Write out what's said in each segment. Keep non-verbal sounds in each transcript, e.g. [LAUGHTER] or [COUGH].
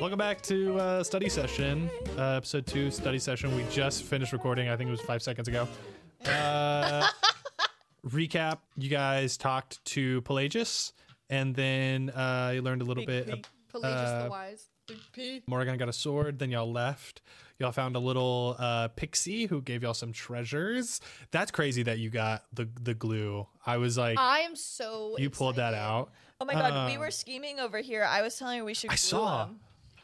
Welcome back to uh, Study Session, uh, episode two, Study Session. We just finished recording. I think it was five seconds ago. [LAUGHS] Uh, recap: You guys talked to Pelagius, and then uh, you learned a little bit. ab- Pelagius uh, the Wise. Big P. Morgan got a sword. Then y'all left. Y'all found a little uh, pixie who gave y'all some treasures. That's crazy that you got the the glue. I was like, I am so. you pulled that excited. out. Oh my god, we Um, were scheming over here. I was telling you we should. I glue saw. [LAUGHS] 'em.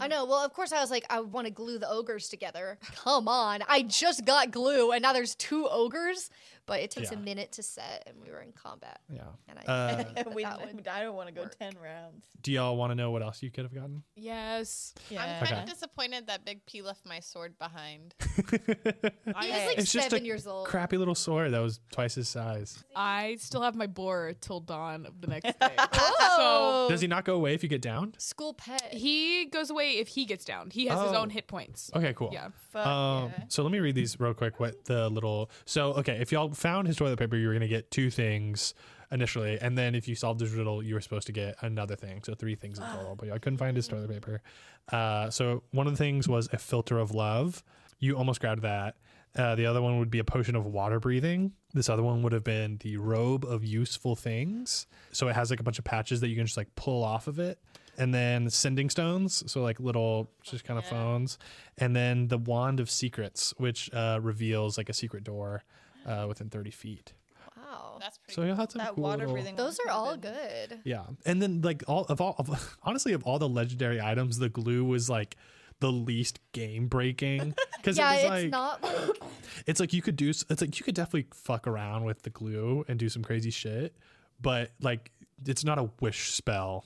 I know. Well, of course, I was like, I want to glue the ogres together. [LAUGHS] Come on, I just got glue, and now there's two ogres. But it takes Yeah. a minute to set, and we were in combat, Yeah. [LAUGHS] and I Uh, didn't think that we, that would. I don't want to go work. ten rounds. Do y'all want to know what else you could have gotten? Yes. Yeah. I'm kind Okay. of disappointed that Big P left my sword behind. He I- was like It's just seven a years old. Crappy little sword that was twice his size. [LAUGHS] I still have my boar till dawn of the next [LAUGHS] day. Oh. Does he not go away if you get downed? School pet. he goes away if he gets down. He has his Oh. own hit points. Okay, cool. Yeah. Fuck Um, yeah. So let me read these real quick. What the little so okay, if y'all found his toilet paper, you were gonna get two things initially, and then if you solved his riddle, you were supposed to get another thing. So three [GASPS] things in total. But y'all couldn't find his toilet paper. Uh, so one of the things was a filter of love. You almost grabbed that. Uh, the other one would be a potion of water breathing. This other one would have been the robe of useful things. So it has like a bunch of patches that you can just like pull off of it. And then sending stones, so like little just kind of phones. And then the wand of secrets, which uh, reveals like a secret door uh, within 30 feet. Wow, That's pretty. So you'll have some that cool water little- breathing. those are one's all good. good. Yeah. And then like all of all of, [LAUGHS] honestly of all the legendary items, the glue was like the least game breaking because Yeah, it was it's like not like it's like you could do s- it's like you could definitely fuck around with the glue and do some crazy shit but like it's not a wish spell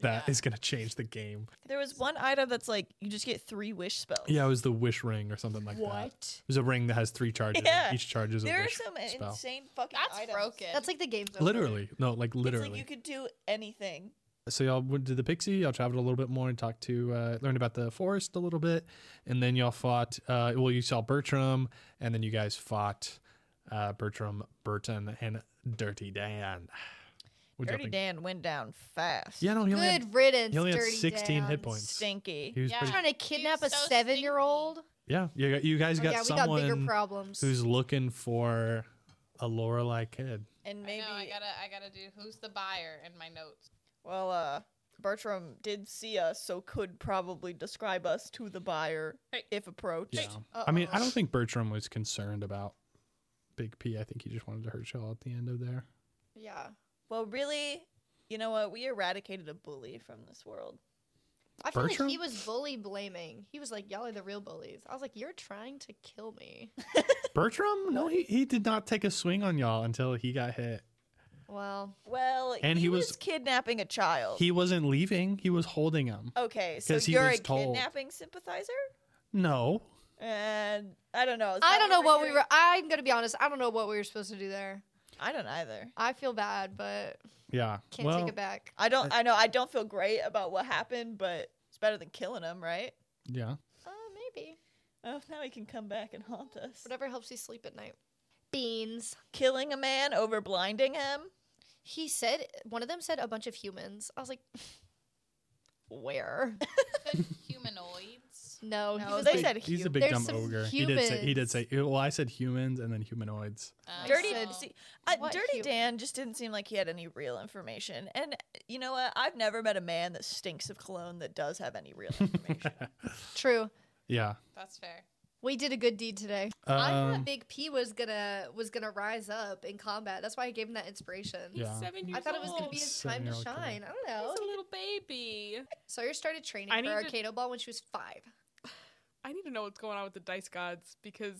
that is going to change the game There was one item that's like you just get three wish spells. yeah it was the wish ring or something like that it was a ring that has three charges Yeah. and each charge is a There are wish some spell insane fucking That's items. broken. that's like the game's over. literally no like literally It's like you could do anything. so y'all went to the pixie y'all traveled a little bit more and talked to uh, learned about the forest a little bit and then y'all fought uh, well you saw bertram and then you guys fought uh, bertram burton and dirty dan [SIGHS] What'd y'all Dirty think? Dan went down fast. yeah no he only had- Good riddance. He only had dirty 16 hit Dan. points. Stinky. He was Yeah. pretty. Trying to kidnap a so stinky. seven-year-old. Yeah, you, got- you guys Oh, got yeah, we got bigger someone problems. who's looking for a Lorelai kid. And I maybe know. I gotta. I gotta do. Who's the buyer in my [LAUGHS] notes? well, uh, Bertram did see us, so could probably describe us to the buyer Hey. if approached. Yeah, uh, I mean, I don't think Bertram was concerned about Big P. I think he just wanted to hurt y'all at the end of there. yeah, Well, really, you know what? We eradicated a bully from this world. I feel Bertram? like he was bully blaming. He was like, "Y'all are the real bullies." I was like, "You're trying to kill me." Bertram? No, he, he did not take a swing on y'all until he got hit. Well, Well, And he was- kidnapping a child. He wasn't leaving. He was holding him. okay, so 'cause he you're was a told. kidnapping sympathizer, No, and I don't know. is I that don't know what we doing? were. I'm gonna be honest. I don't know what we were supposed to do there. I don't either. I feel bad, but yeah. can't well, take it back. I don't. I know. I don't feel great about what happened, but it's better than killing him, right? Yeah. Uh, maybe Oh, now he can come back and haunt us. whatever helps you sleep at night. Beans. Killing a man over blinding him. He said one of them said a bunch of humans. I was like, [LAUGHS] where? Said humanoids. No, he No, was they like, said he's a hum- big there's dumb some ogre. He did say he did humans. say. Well, I said humans and then humanoids. Um, I Dirty, said- see, I, What Dirty hu- Dan just didn't seem like he had any real information. And you know what? I've never met a man that stinks of cologne that does have any [LAUGHS] real [LAUGHS] information. true. [LAUGHS] Yeah. That's fair. We did a good deed today. I Um, thought Big P was gonna was gonna rise up in combat. That's why I gave him that inspiration. yeah. Seven I thought it was gonna be his time to Seven-year-old kid. shine. I don't know. little baby. Sawyer started training I for need to- Arcado Ball when she was five. I need to know what's going on with the dice gods because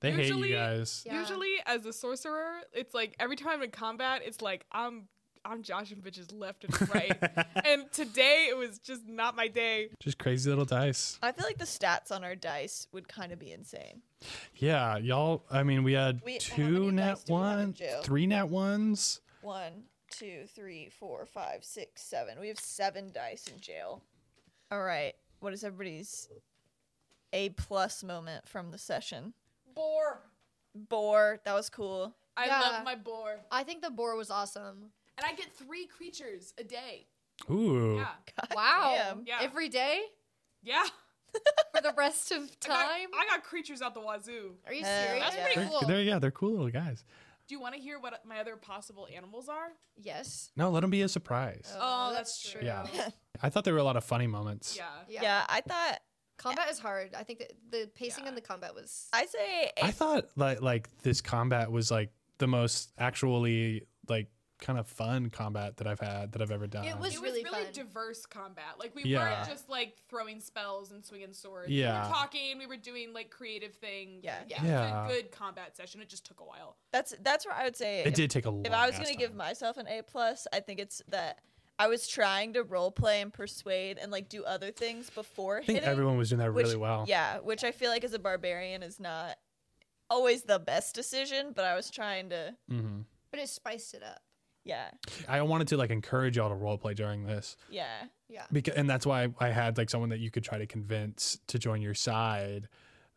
they hate you usually- guys. Yeah. usually as a sorcerer, it's like every time I'm in combat, it's like I'm I'm joshing bitches left and right. [LAUGHS] and today it was just not my day. Just crazy little dice. I feel like the stats on our dice would kind of be insane. Yeah, y'all. I mean, we had We- how many two net dice do we have in ones, jail? three net ones. One, two, three, four, five, six, seven. We have seven dice in jail. All right. What is everybody's A plus moment from the session? Boar. Boar. That was cool. I Yeah. love my boar. I think the boar was awesome. And I get three creatures a day. Ooh, [LAUGHS] Yeah. Wow. damn. Yeah. Every day? Yeah. for the rest of [LAUGHS] I got- time? I got creatures out the wazoo. Are you Hell serious? That's Uh, Yeah. pretty They're, cool. they're- yeah, they're cool little guys. Do you want to hear what my other possible animals are? Yes. No, let them be a surprise. Oh, that's true. [LAUGHS] Yeah. I thought there were a lot of funny moments. Yeah. Yeah. yeah, I thought Combat is hard. I think that the pacing Yeah. and the combat was. I say I thought like like this combat was like the most actually like kind of fun combat that I've had that I've ever done. was- It was really really, fun. diverse combat. Like we Yeah. weren't just like throwing spells and swinging swords. Yeah. We were talking. We were doing like creative things. Yeah. It was Yeah. a good combat session. It just took a while. that's that's where I would say it did take a long. if I was ass gonna give time. myself an A plus, I think it's that I was trying to role play and persuade and like do other things before I think hitting, everyone was doing that which, really well. Yeah, which I feel like as a barbarian is not always the best decision, but I was trying to hmm But it spiced it up. yeah I wanted to like encourage y'all to roleplay during this yeah Yeah. because, and that's why I had like someone that you could try to convince to join your side,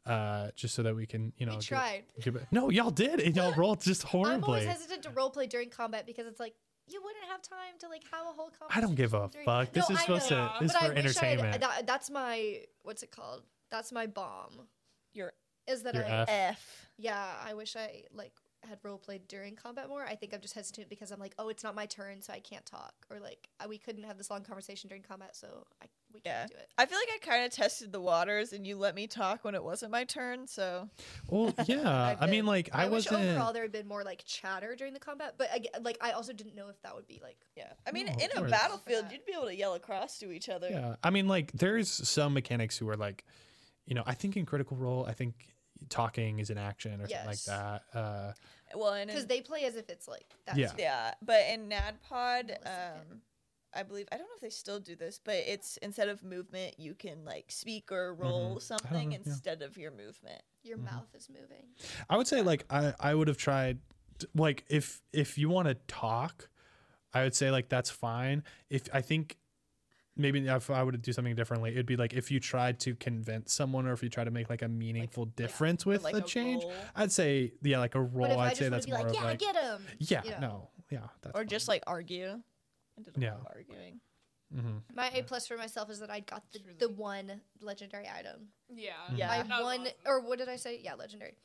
uh, just so that we can you know. We get- tried. get- no, y'all did, and y'all rolled just I'm always horribly. hesitant to roleplay during combat because it's like you wouldn't have time to like have a whole combat. I don't give a fuck. This is supposed know, to. This is but I for wish I'd- entertainment. that- that's my what's it called? That's my bomb. Your is that Your I F. F yeah. I wish I like had role played during combat more. I think I'm just hesitant because I'm like, oh, it's not my turn, so I can't talk, or like I- we couldn't have this long conversation during combat, so I we Yeah. can't do it. I feel like I kind of tested the waters, and you let me talk when it wasn't my turn. So [LAUGHS] well, yeah. I, did. mean, like I, I, wish wasn't. overall there had been more like chatter during the combat, but aga like I also didn't know if that would be like yeah, I mean, No, of in a course. battlefield, Yeah. you'd be able to yell across to each other. Yeah, I mean, like there's some mechanics who are like, you know, I think in Critical Role, I think talking is an action or Yes. something like that. Uh, Well, and because in, they play as if it's like that's Yeah. yeah, but in NADPOD, Hold a second. um, I believe I don't know if they still do this, but it's instead of movement, you can like speak or roll something Mm-hmm. know, yeah. instead of your movement. your Mm-hmm. mouth is moving. I would say like I I would have tried like if if you want to talk, I would say like that's fine. If I think maybe if I would do something differently, it'd be like if you tried to convince someone or if you try to make like a meaningful difference with like a a change. roll. I'd say yeah, like a roll. but if I I'd just say want that's to be more like, of yeah, like get him. yeah, Yeah. no, yeah, that's or just like argue. I did a lot Yeah. of arguing. hmm My A plus for myself is that I got the, the one legendary item. Yeah. Mm-hmm. Yeah. My That was one awesome. or what did I say? Yeah, legendary.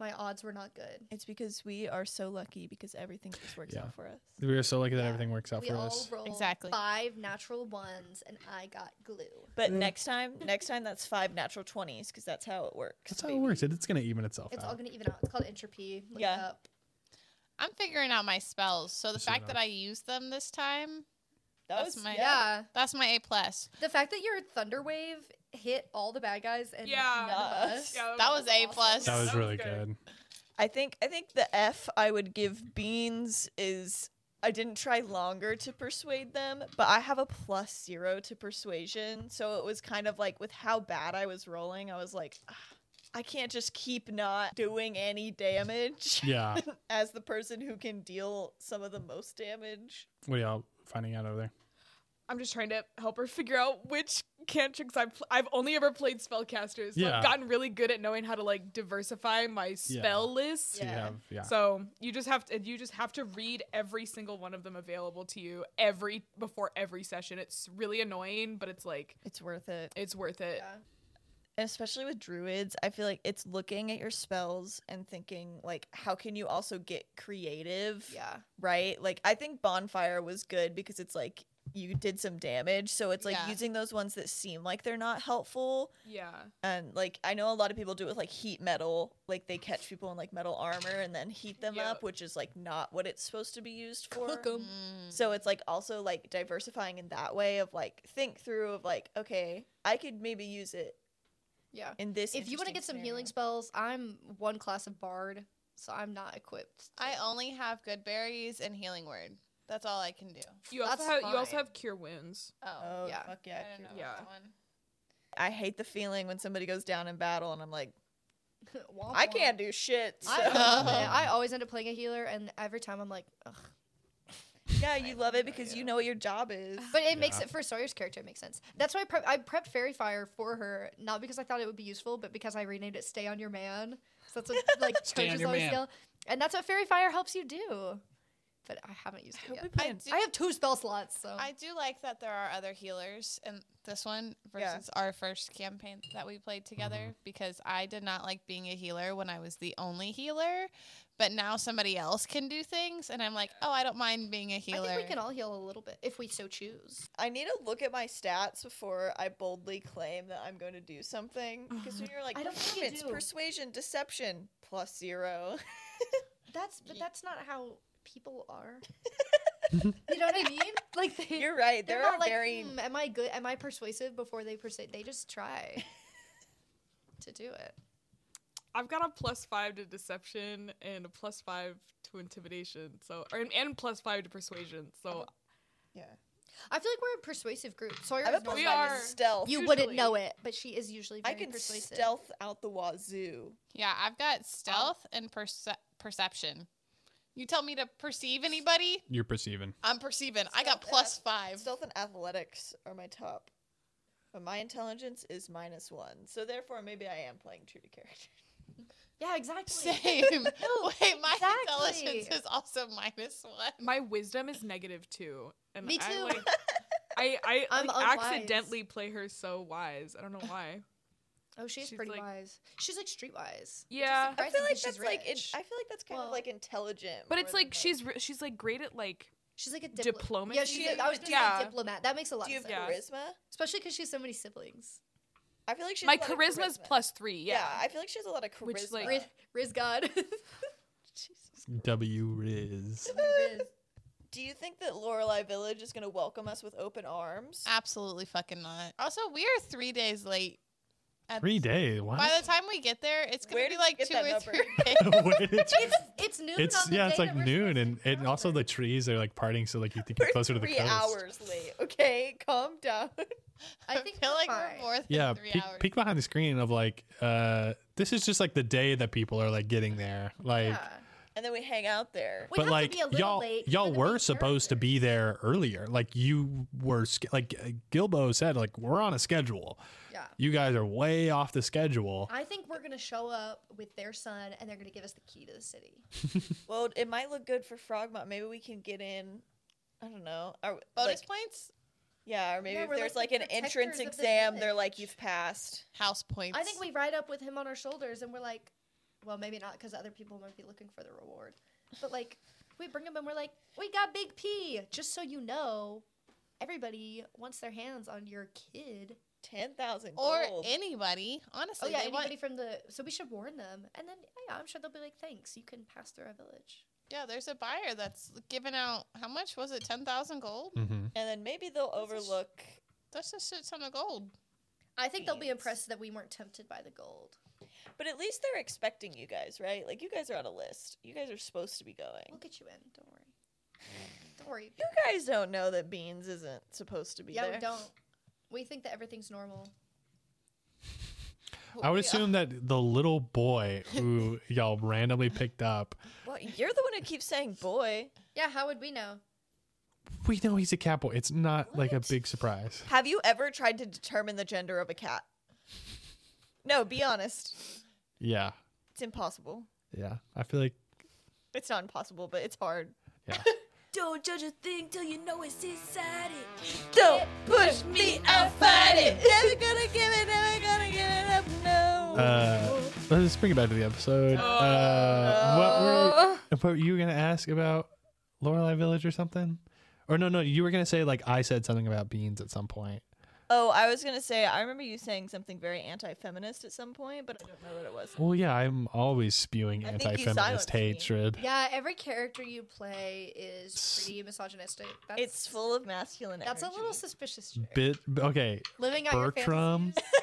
My odds were not good. It's because we are so lucky because everything just works Yeah. out for us. we were so lucky that Yeah. everything works out we for all us. rolled Exactly. five natural ones, and I got glue. But next time, next time that's five natural twenties because that's how it works. That's how it works. It, it's gonna even itself It's out. all gonna even out. It's called entropy. Look it Yeah. up. I'm figuring out my spells. So the Sure fact that enough. I used them this time, That That's was my- my yeah. Yeah. that's my A plus. The fact that your thunder wave hit all the bad guys and Yeah. none of [LAUGHS] us. Yeah, That was A Oh, awesome. plus. that was really good. good. I think I think the F I would give beans is I didn't try longer to persuade them, but I have a plus zero to persuasion, so it was kind of like with how bad I was rolling, I was like. "Ah, I can't just keep not doing any damage [LAUGHS] [LAUGHS] Yeah. as the person who can deal some of the most damage. What are y'all finding out over there? I'm just trying to help her figure out which cantrips I've pl- I've only ever played spellcasters. So Yeah. I've gotten really good at knowing how to like diversify my spell list. Do you Yeah. have yeah. So you just have to you just have to read every single one of them available to you every before every session. It's really annoying, but it's like It's worth it. it's worth it. Yeah. And especially with druids, I feel like it's looking at your spells and thinking like how can you also get creative? Yeah. Right? Like I think bonfire was good because it's like you did some damage, so it's like Yeah. using those ones that seem like they're not helpful. Yeah. And like I know a lot of people do it with like heat metal, like they catch people in like metal armor and then heat them Yeah. up, which is like not what it's supposed to be used for. Cook 'em. Mm. So it's like also like diversifying in that way of like think through of like okay, I could maybe use it Yeah. in this If you want to interesting get some healing scenario. spells, I'm one class of bard, so I'm not equipped. [LAUGHS] I only have good berries and healing word. That's all I can do. You also That's have you also fine. have cure wounds. Oh, Oh, Yeah. fuck I yeah. don't know true. about Yeah. that one. I hate the feeling when somebody goes down in battle and I'm like, Womp I womp. can't do shit. So. I, don't know, man. [LAUGHS] I always end up playing a healer, and every time I'm like, ugh. yeah, you love it because you know what your job is. But it makes Yeah. it for Sawyer's character. It makes sense. That's why I, prep, I prepped Fairy Fire for her, not because I thought it would be useful, but because I renamed it Stay on Your Man. So that's what like Stay on coaches your always man. yell, and that's what Fairy Fire helps you do. but I haven't used I it hope yet. we I put in. do, I have two spell slots, so I do like that there are other healers in this one versus Yeah. our first campaign that we played together because I did not like being a healer when I was the only healer, but now somebody else can do things and I'm like, oh, I don't mind being a I healer. think we can all heal a little bit if we so choose. I need to look at my stats before I boldly claim that I'm going to do something. Because when you're like, Mm-hmm. I don't think you performance, do. persuasion, deception, plus zero. [LAUGHS] That's but Ye- that's not how people are. you know what I mean? Like they, You're right. they're There not are like, very. "Hmm, am I good? Am I persuasive? Before they persuade, they just try to do it. I've got a plus five to deception and a plus five to intimidation. So or, and, and plus five to persuasion. So Yeah. I feel like we're a persuasive group. Sawyer I have a is plus not We five are- to stealth. You wouldn't Usually. know it, but she is usually I very can persuasive. stealth out the wazoo. yeah, I've got stealth and perce- perception. You tell me to perceive anybody, You're perceiving. I'm perceiving. I got Stealth, yeah. plus five. Stealth and athletics are my top. But my intelligence is minus one. So therefore, maybe I am playing true to character. Yeah, exactly. [LAUGHS] [LAUGHS] Same. Wait, my exactly. intelligence is also minus one. my wisdom is negative two. And Me I, too. [LAUGHS] like, I I I'm like, unwise. accidentally play her so wise. I don't [LAUGHS] know why. Oh, she's, She's pretty like- wise. She's like streetwise. Yeah. I feel Surprising 'cause like she's that's like in, rich. I feel like that's kind Well- of like intelligent. But more it's than, like she's re- she's like great at like She's like a diplo- Diplomacy? Yeah, she's. I was gonna Yeah. say diplomat. That makes a lot Do you of have sense. Yeah. charisma? Especially because she has so many siblings. I feel like she's my a lot of charisma's charisma. plus three. Yeah. Yeah. I feel like she has a lot of charisma. Which is, like- Riz, Riz God. [LAUGHS] W Riz. Riz. Do you think that Lorelei Village is going to welcome us with open Ah. arms? Absolutely fucking not. Also, we are three days late. at- Three days. What? [LAUGHS] By the time we get there, it's gonna Where be did like you get two that or number? three [LAUGHS] days. Where did you- It's it's noon. it's on the yeah, it's day like that we're noon, supposed to and be and also traveling. the trees are like parting, so like you think We're you're closer to the three coast. hours late. Okay, calm down. [LAUGHS] [LAUGHS] I think [LAUGHS] feel we're like fine. we're more than Yeah, three peek, hours. peek behind the screen of like uh this is just like the day that people are like getting there. Like Yeah. And then we hang out there. We but have to like be a little y'all late for y'all the main were supposed to character. be there earlier. Like you were sch- like uh, Gilbo said like we're on a schedule. Yeah. You guys are way off the schedule. I think we're gonna show up with their son, and they're gonna give us the key to the city. Well, it might look good for Frogmont. Maybe we can get in. I don't know. Or, Bonus like- points, Yeah, or maybe Yeah, if we're there's like like the an entrance protectors of the exam, they're like, village. you've passed. house points. I think we ride up with him on our shoulders, and we're like, well, maybe not, because other people might be looking for the reward. But like, we bring him, and we're like, we got Big P. Just so you know, everybody wants their hands on your kid. 10,000 or gold. anybody. Honestly, oh yeah, they want- anybody from the. So we should warn them, and then yeah, I'm sure they'll be like, thanks, you can pass through our village. yeah. There's a buyer that's giving out how much was it? Ten thousand gold. Mm-hmm. and then maybe they'll is- overlook. That's a shit ton of gold. I think they'll be Yes. impressed that we weren't tempted by the gold. But at least they're expecting you guys, right? Like, you guys are on a list. You guys are supposed to be We'll going. get you in. Don't worry. Don't worry. You guys don't know that Beans isn't supposed to be Yeah, there. we don't. We think that everything's normal. Oh, I would Yeah. assume that the little boy [LAUGHS] who y'all randomly picked up, Well, you're the one who keeps saying boy. Yeah, how would we know? we know he's a cowboy. It's not like a big surprise. Have you ever tried to determine the gender of a cat? No, be honest. Yeah, It's impossible. yeah. I feel like It's not impossible, but it's hard. Yeah. [LAUGHS] Don't judge a thing till you know it's inside it. Don't push me, I'll fight it. Never gonna give it, never gonna give it up, Oh. no. uh, let's bring it back to the episode. Uh, Oh. what were what, you were gonna ask about Lorelei Village or something? Or no, no, you were gonna say like I said something about beans at some point. oh, I was gonna say, I remember you saying something very anti-feminist at some point, but I don't remember what it was. Well, yeah, I'm always spewing I think you anti-feminist silenced me. hatred. [LAUGHS] Yeah, every character you play is S- pretty misogynistic. That's, It's full of masculine That's a energy. little suspicious. Jared. Bit okay. Living out Bertram. your fantasies.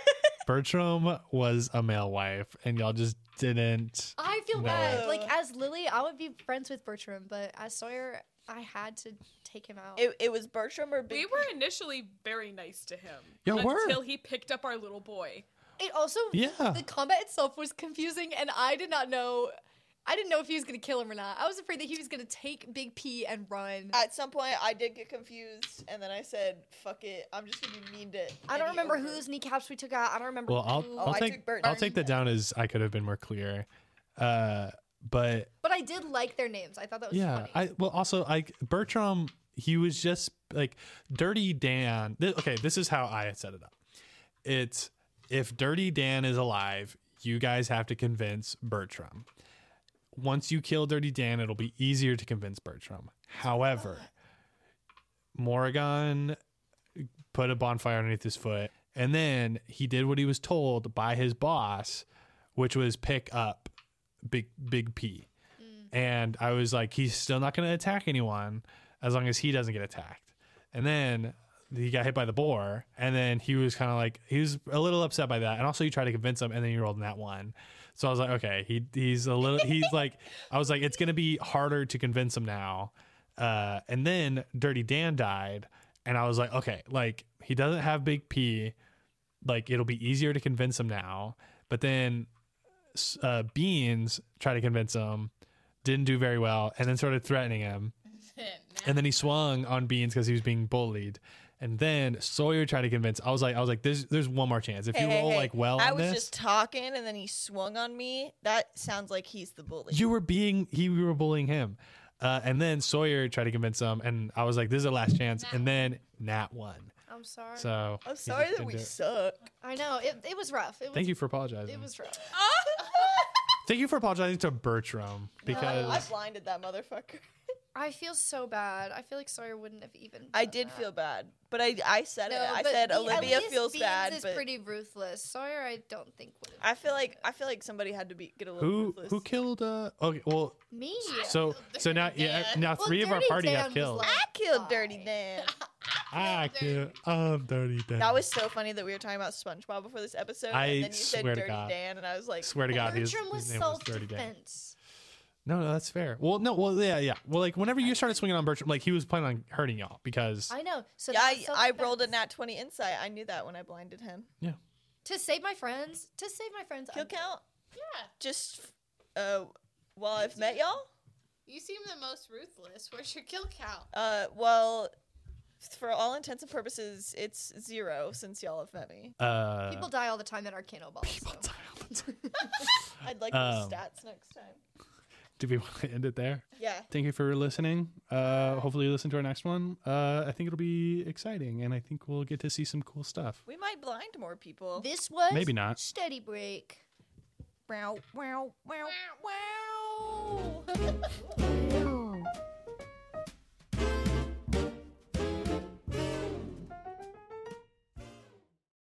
Bertram was a male wife, and y'all just didn't. I feel No. bad. Like as Lily, I would be friends with Bertram, but as Sawyer, I had to take him out. It, it was Bertram or Big We were initially very nice to him. Y'all were. Until he picked up our little boy. It also Yeah. Oh, the combat itself was confusing, and I did not know. I didn't know if he was gonna kill him or not. I was afraid that he was gonna take Big P and run. At some point, I did get confused, and then I said, "Fuck it, I'm just gonna be mean to." I don't any remember ogre." whose kneecaps we took out. Oh, I don't remember. Well, I'll, who. I'll I take took Bert- I'll take that down as I could have been more clear. Uh, but But I did like their names. I thought that was yeah, funny. I well also like Bertram. He was just like Dirty Dan. Th- okay, this is how I had set it up. It's if Dirty Dan is alive, you guys have to convince Bertram. Once you kill Dirty Dan, it'll be easier to convince Bertram. However, Morrigan put a bonfire underneath his foot, and then he did what he was told by his boss, which was pick up Big Big P and I was like, he's still not going to attack anyone as long as he doesn't get attacked. And then he got hit by the boar, and then he was kind of like he was a little upset by that. And also, you tried to convince him, and then you rolled in that one. So I was like, okay, he he's a little [LAUGHS] he's like I was like, it's going to be harder to convince him now. Uh, and then Dirty Dan died, and I was like, okay, like he doesn't have Big P, like it'll be easier to convince him now. But then s- uh, Beans tried to convince him, didn't do very well, and then started threatening [LAUGHS] him. And then he swung on Beans because he was being bullied. And then Sawyer tried to convince. I was like, I was like, there's there's one more chance. If Hey, you hey, roll hey. like well I on was this, just talking, and then he swung on me. That sounds like he's the bully. you were being he we were bullying him. Uh, and then Sawyer tried to convince him, and I was like, "This is the last chance." and then Nat won. I'm sorry. So I'm he sorry just didn't that we do it. [LAUGHS] suck. I know it. It was rough. It was, Thank you for apologizing. It was rough. Thank you for apologizing to Bertram because I blinded that motherfucker. I feel so bad. I feel like Sawyer wouldn't have even. I done did that. feel bad, but I I said No, it. I but said Be- at Olivia least feels Beans bad, Is but pretty ruthless. Sawyer, I don't think would. have I feel done like it. I feel like somebody had to be get a little. who ruthless. who killed? Uh, okay, well, me. so [LAUGHS] so now yeah, now Well, three of our Dirty party Dan have was killed. like- I killed I- Dirty Dan. I killed. I'm dirty. Dan. That was so funny that we were talking about SpongeBob before this episode, I and then you said swear to Dirty God. Dan, and I was like, swear to God, his, Bertram was his name was self Dirty Dan. defense. No, no, that's fair. Well, no, well, yeah, yeah. Well, like whenever you started swinging on Bertram, like he was planning on hurting y'all because I know. So Yeah, that I, was I rolled a self-defense. nat twenty insight. I knew that when I blinded him. to save my friends. To save my friends. Kill I'm- count. Yeah. Just uh, well, I've met y'all. You seem the most ruthless. Where's your kill count? Uh, well, for all intents and purposes, it's zero since y'all have met me. uh, [LAUGHS] People die all the time at Arcano balls. people so. die all the time. I'd like Um, those stats next time. Do [LAUGHS] we want to end it there? Yeah. Thank you for listening. Uh, hopefully, you listen to our next one. Uh, I think it'll be exciting, and I think we'll get to see some cool stuff. We might blind more people. This was Maybe not. Steady break. Wow, wow, wow, wow.